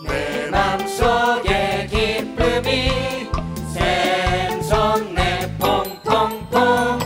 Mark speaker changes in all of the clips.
Speaker 1: 내 맘속에 기쁨이 샘솟네 퐁퐁퐁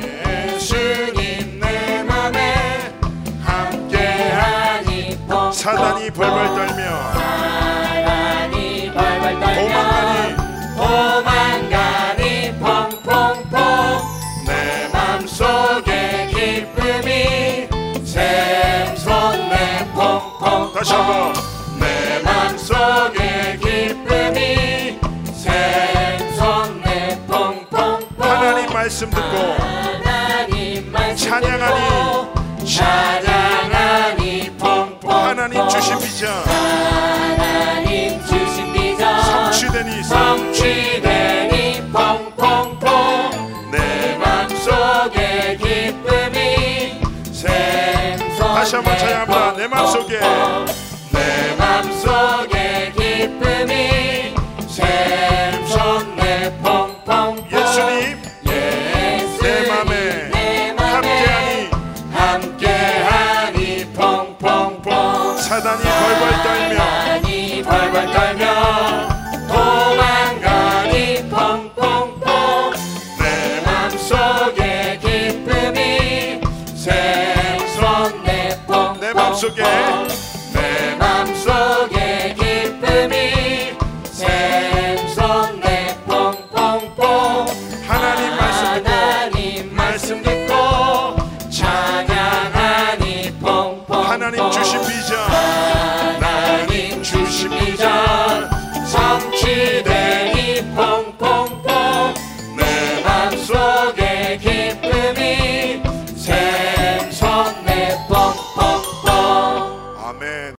Speaker 1: 내 주님 내 맘에 함께하니 퐁퐁
Speaker 2: 사단이 벌벌 떨며
Speaker 1: 사단이 벌벌 떨며
Speaker 2: 도망가니.
Speaker 1: 도망가니 퐁퐁퐁 내 맘속에 기쁨이 샘솟네 퐁퐁
Speaker 2: 다시 한번
Speaker 1: 내 맘속에 기쁨이 샘솟네 퐁퐁퐁
Speaker 2: 하나님 말씀 듣고
Speaker 1: 하나님 말씀
Speaker 2: 찬양하니.
Speaker 1: 듣고 찬양하니 퐁퐁
Speaker 2: 하나님 주신 비전
Speaker 1: 하나님 주신 비전
Speaker 2: 성취되니
Speaker 1: 성취되니 퐁퐁퐁 내 맘속에 기쁨이 샘솟네
Speaker 2: 다시 한번 찬양합니다. 내 맘속에.
Speaker 1: 퐁퐁. 내 맘속에 기쁨이 샘솟네 퐁퐁
Speaker 2: 예수님 내 맘에 함께하니
Speaker 1: 함께하니 퐁퐁퐁
Speaker 2: 사단이 벌벌 떨며
Speaker 1: 하니 벌벌 떨며 도망가니 펑펑펑 내 맘속에 기쁨이 샘솟네 펑펑펑
Speaker 2: 내 맘속에
Speaker 1: 내 맘속에 기쁨이 샘솟네 펑펑펑
Speaker 2: 하나님 말씀 듣고
Speaker 1: 하나님 말씀 듣고 찬양하니 펑펑
Speaker 2: 하나님 주신 비전
Speaker 1: 하나님 주신 비전 성취되니 퐁퐁퐁 내 맘속에 기쁨이 샘솟네 퐁퐁퐁
Speaker 2: 아멘